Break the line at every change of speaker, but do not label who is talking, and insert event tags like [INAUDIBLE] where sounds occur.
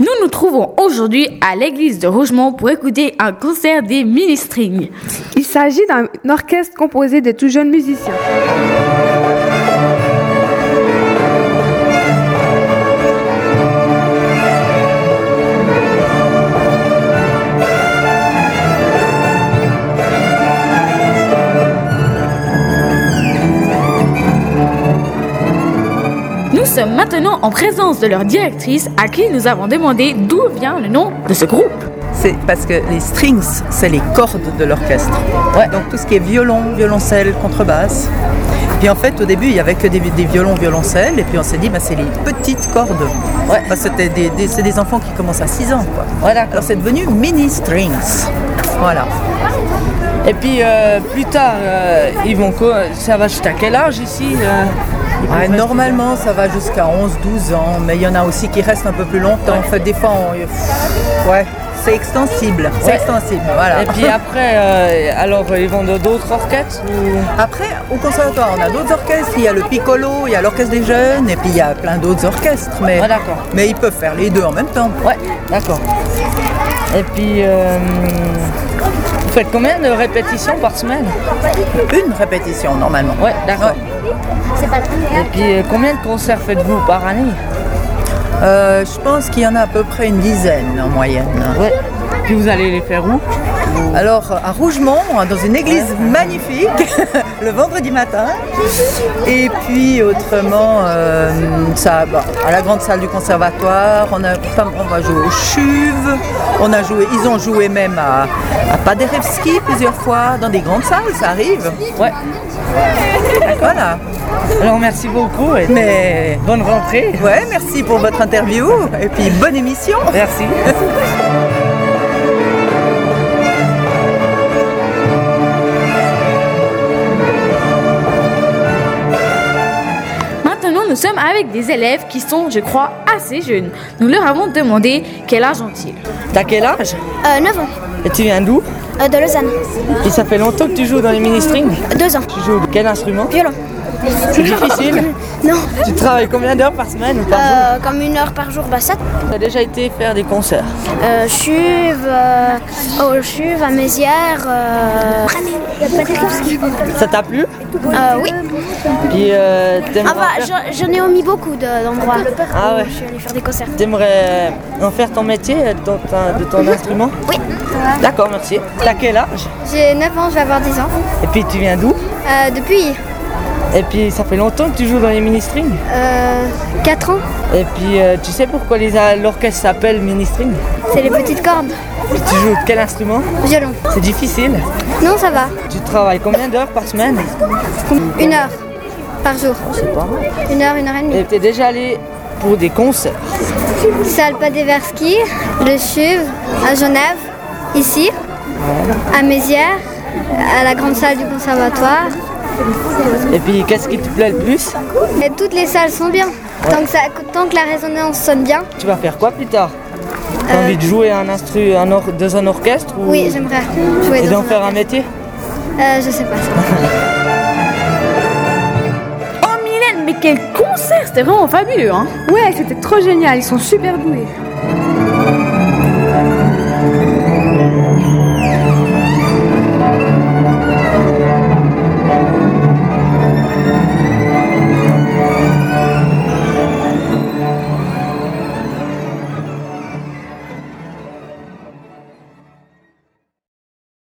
Nous nous trouvons aujourd'hui à l'église de Rougemont pour écouter un concert des mini-strings.
Il s'agit d'un orchestre composé de tout jeunes musiciens.
Nous sommes maintenant en présence de leur directrice à qui nous avons demandé d'où vient le nom de ce groupe.
C'est parce que les strings, c'est les cordes de l'orchestre. Donc tout ce qui est violon, violoncelle, contrebasse. Puis en fait, au début, il n'y avait que des, des violons, violoncelles. Et puis on s'est dit, bah, c'est les petites cordes. Parce que c'était des, des- c'est des enfants qui commencent à 6 ans. Quoi. Alors c'est devenu mini strings. Voilà.
Et puis euh, plus tard, euh, ils vont quoi Ça va jusqu'à quel âge ici euh, ils peuvent
Ouais,
rester-
Ah, normalement, ça va jusqu'à 11-12 ans, mais il y en a aussi qui restent un peu plus longtemps. En fait, des fois, on- ouais, c'est extensible. C'est
Ouais.
extensible, voilà.
Et puis après, euh, alors ils vont dans d'autres orchestres ou-
[LAUGHS] Après, au conservatoire, on a d'autres orchestres. Il y a le piccolo, il y a l'orchestre des jeunes, et puis il y a plein d'autres orchestres. Mais,
Ah, d'accord.
mais ils peuvent faire les deux en même temps.
Ouais, d'accord. Et puis, euh, vous faites combien de répétitions par semaine
Une répétition, normalement.
Ouais, d'accord. Et puis, euh, combien de concerts faites-vous par année
Euh, je pense qu'il y en a à peu près une dizaine en moyenne.
Ouais. Puis vous allez les faire où
Alors, à Rougemont, hein, dans une église magnifique, [LAUGHS] le vendredi matin. Et puis, autrement, euh, ça, bah, à la grande salle du conservatoire, on, a, pas- on va jouer aux Chuves, on a joué, ils ont joué même à, à Paderewski plusieurs fois, dans des grandes salles, ça arrive.
Ouais.
Voilà.
Alors merci beaucoup et
Mais,
bonne rentrée.
ouais, merci pour votre interview et puis bonne émission.
Merci.
Maintenant, nous sommes avec des élèves qui sont, je crois, assez jeunes. Nous leur avons demandé quel âge ont-ils.
T'as quel âge
Euh, 9 ans,
Et tu viens d'où
euh, de Lausanne.
Et ça fait longtemps que tu joues dans les mini-strings
2 ans,
Tu joues quel instrument
violon.
C'est difficile.
Non,
tu travailles combien d'heures par semaine ou par jour
euh, comme une heure par jour, bah ça.
T'as déjà été faire des concerts
Euh, chuve, euh, oh, chuve, à Mézières. Euh,
Ça t'a plu
euh, oui.
Puis euh,
Ah
t'aimerais,
bah,
en faire...
je- j'en ai omis beaucoup de- d'endroits.
Ah ouais.
Je suis allée faire des concerts.
t'aimerais en faire ton métier euh, dans ta- de ton instrument
Oui.
D'accord, merci. T'as quel âge
J'ai 9 ans, je vais avoir 10 ans. Euh,
Et puis tu viens d'où
depuis
Et puis ça fait longtemps que tu joues dans les mini-strings
4 euh, ans,
Et puis euh, tu sais pourquoi les a- l'orchestre s'appelle mini-string
c'est les petites cordes.
Puis tu joues quel instrument
Violon.
C'est difficile.
Non, ça va.
Tu travailles combien d'heures par semaine
Une heure par jour.
Oh, C'est pas mal.
Une heure, une heure et demie.
Et t'es déjà allé pour des concerts
Salle Padeverski, le Chuve, à Genève, ici, à Mézières, à la grande salle du conservatoire.
Et puis qu'est-ce qui te plaît le plus
Et toutes les salles sont bien. Tant que, ça, tant que la résonance sonne bien,
Tu vas faire quoi plus tard T'as envie de jouer un instru un or- dans un orchestre ou...
Euh, oui, j'aimerais jouer
Et
dans
d'en
un
faire un
orchestre.
métier
Euh, Je sais pas.
Oh Mylène, mais quel concert C'était vraiment fabuleux, hein
Ouais, c'était trop génial, ils sont super doués.